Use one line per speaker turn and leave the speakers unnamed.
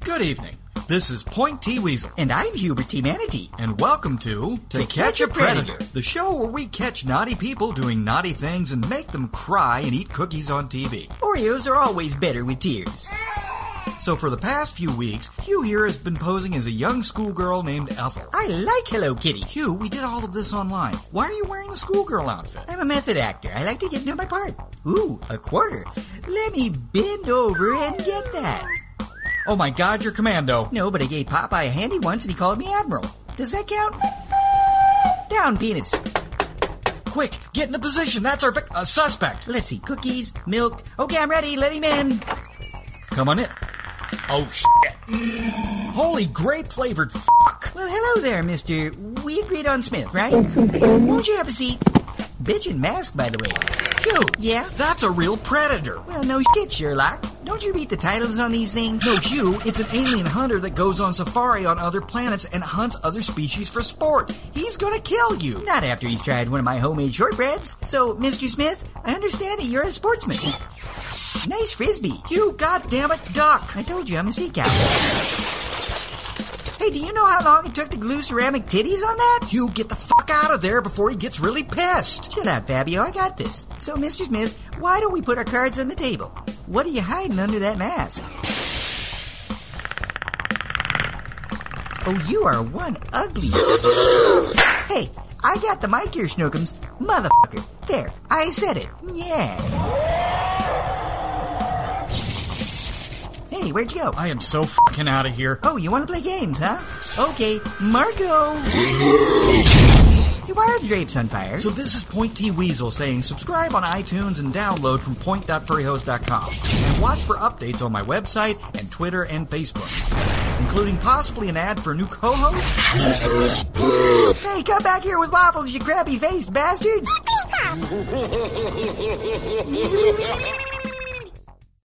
Good evening. This is Point T Weasel,
And I'm Hubert T. Manatee.
and welcome to To,
Catch a Predator.
the show where we catch naughty people doing naughty things and make them cry and eat cookies on TV.
Oreos are always better with tears.
So, for the past few weeks, Hugh here has been posing as a young schoolgirl named Ethel.
I like Hello Kitty.
Hugh, we did all of this online. Why are you wearing a schoolgirl outfit?
I'm a method actor. I like to get into my part. Ooh, a quarter. Let me bend over and get that.
Oh my god, you're commando.
No, but I gave Popeye a handy once and he called me Admiral. Does that count? Down, penis.
Quick, get in the position. That's our vic- uh, suspect.
Let's see, cookies, milk. Okay, I'm ready. Let him in.
Come on in. Oh, shit. Holy grape flavored fuck.
Well, hello there, mister. We agreed on Smith, right? Won't you have a seat? Bitchin' mask, by the way.
Hugh,
Yeah?
that's a real predator.
Well, no shit, Sherlock. Don't you read the titles on these things?
No, Hugh, it's an alien hunter that goes on safari on other planets and hunts other species for sport. He's gonna kill you.
Not after he's tried one of my homemade shortbreads. So, Mr. Smith, I understand that you're a sportsman. Nice frisbee.
Hugh, goddammit, duck.
I told you I'm a sea cow. Hey, do you know how long it took to glue ceramic titties on that?
Hugh, get the fuck out of there before he gets really pissed.
Chill out, Fabio. I got this. So, Mr. Smith, why don't we put our cards on the table? What are you hiding under that mask? Oh, you are one ugly. hey, I got the mic here, Snookums. Motherfucker. There, I said it. Yeah. Hey, where'd you go?
I am so fucking out of here.
Oh, you want to play games, huh? Okay, Marco. hey, why are the drapes on fire?
So this is Point T Weasel saying subscribe on iTunes and download from point.furryhose.com and watch for updates on my website and Twitter and Facebook, including possibly an ad for a new co-host.
hey, come back here with waffles, you crabby-faced bastards!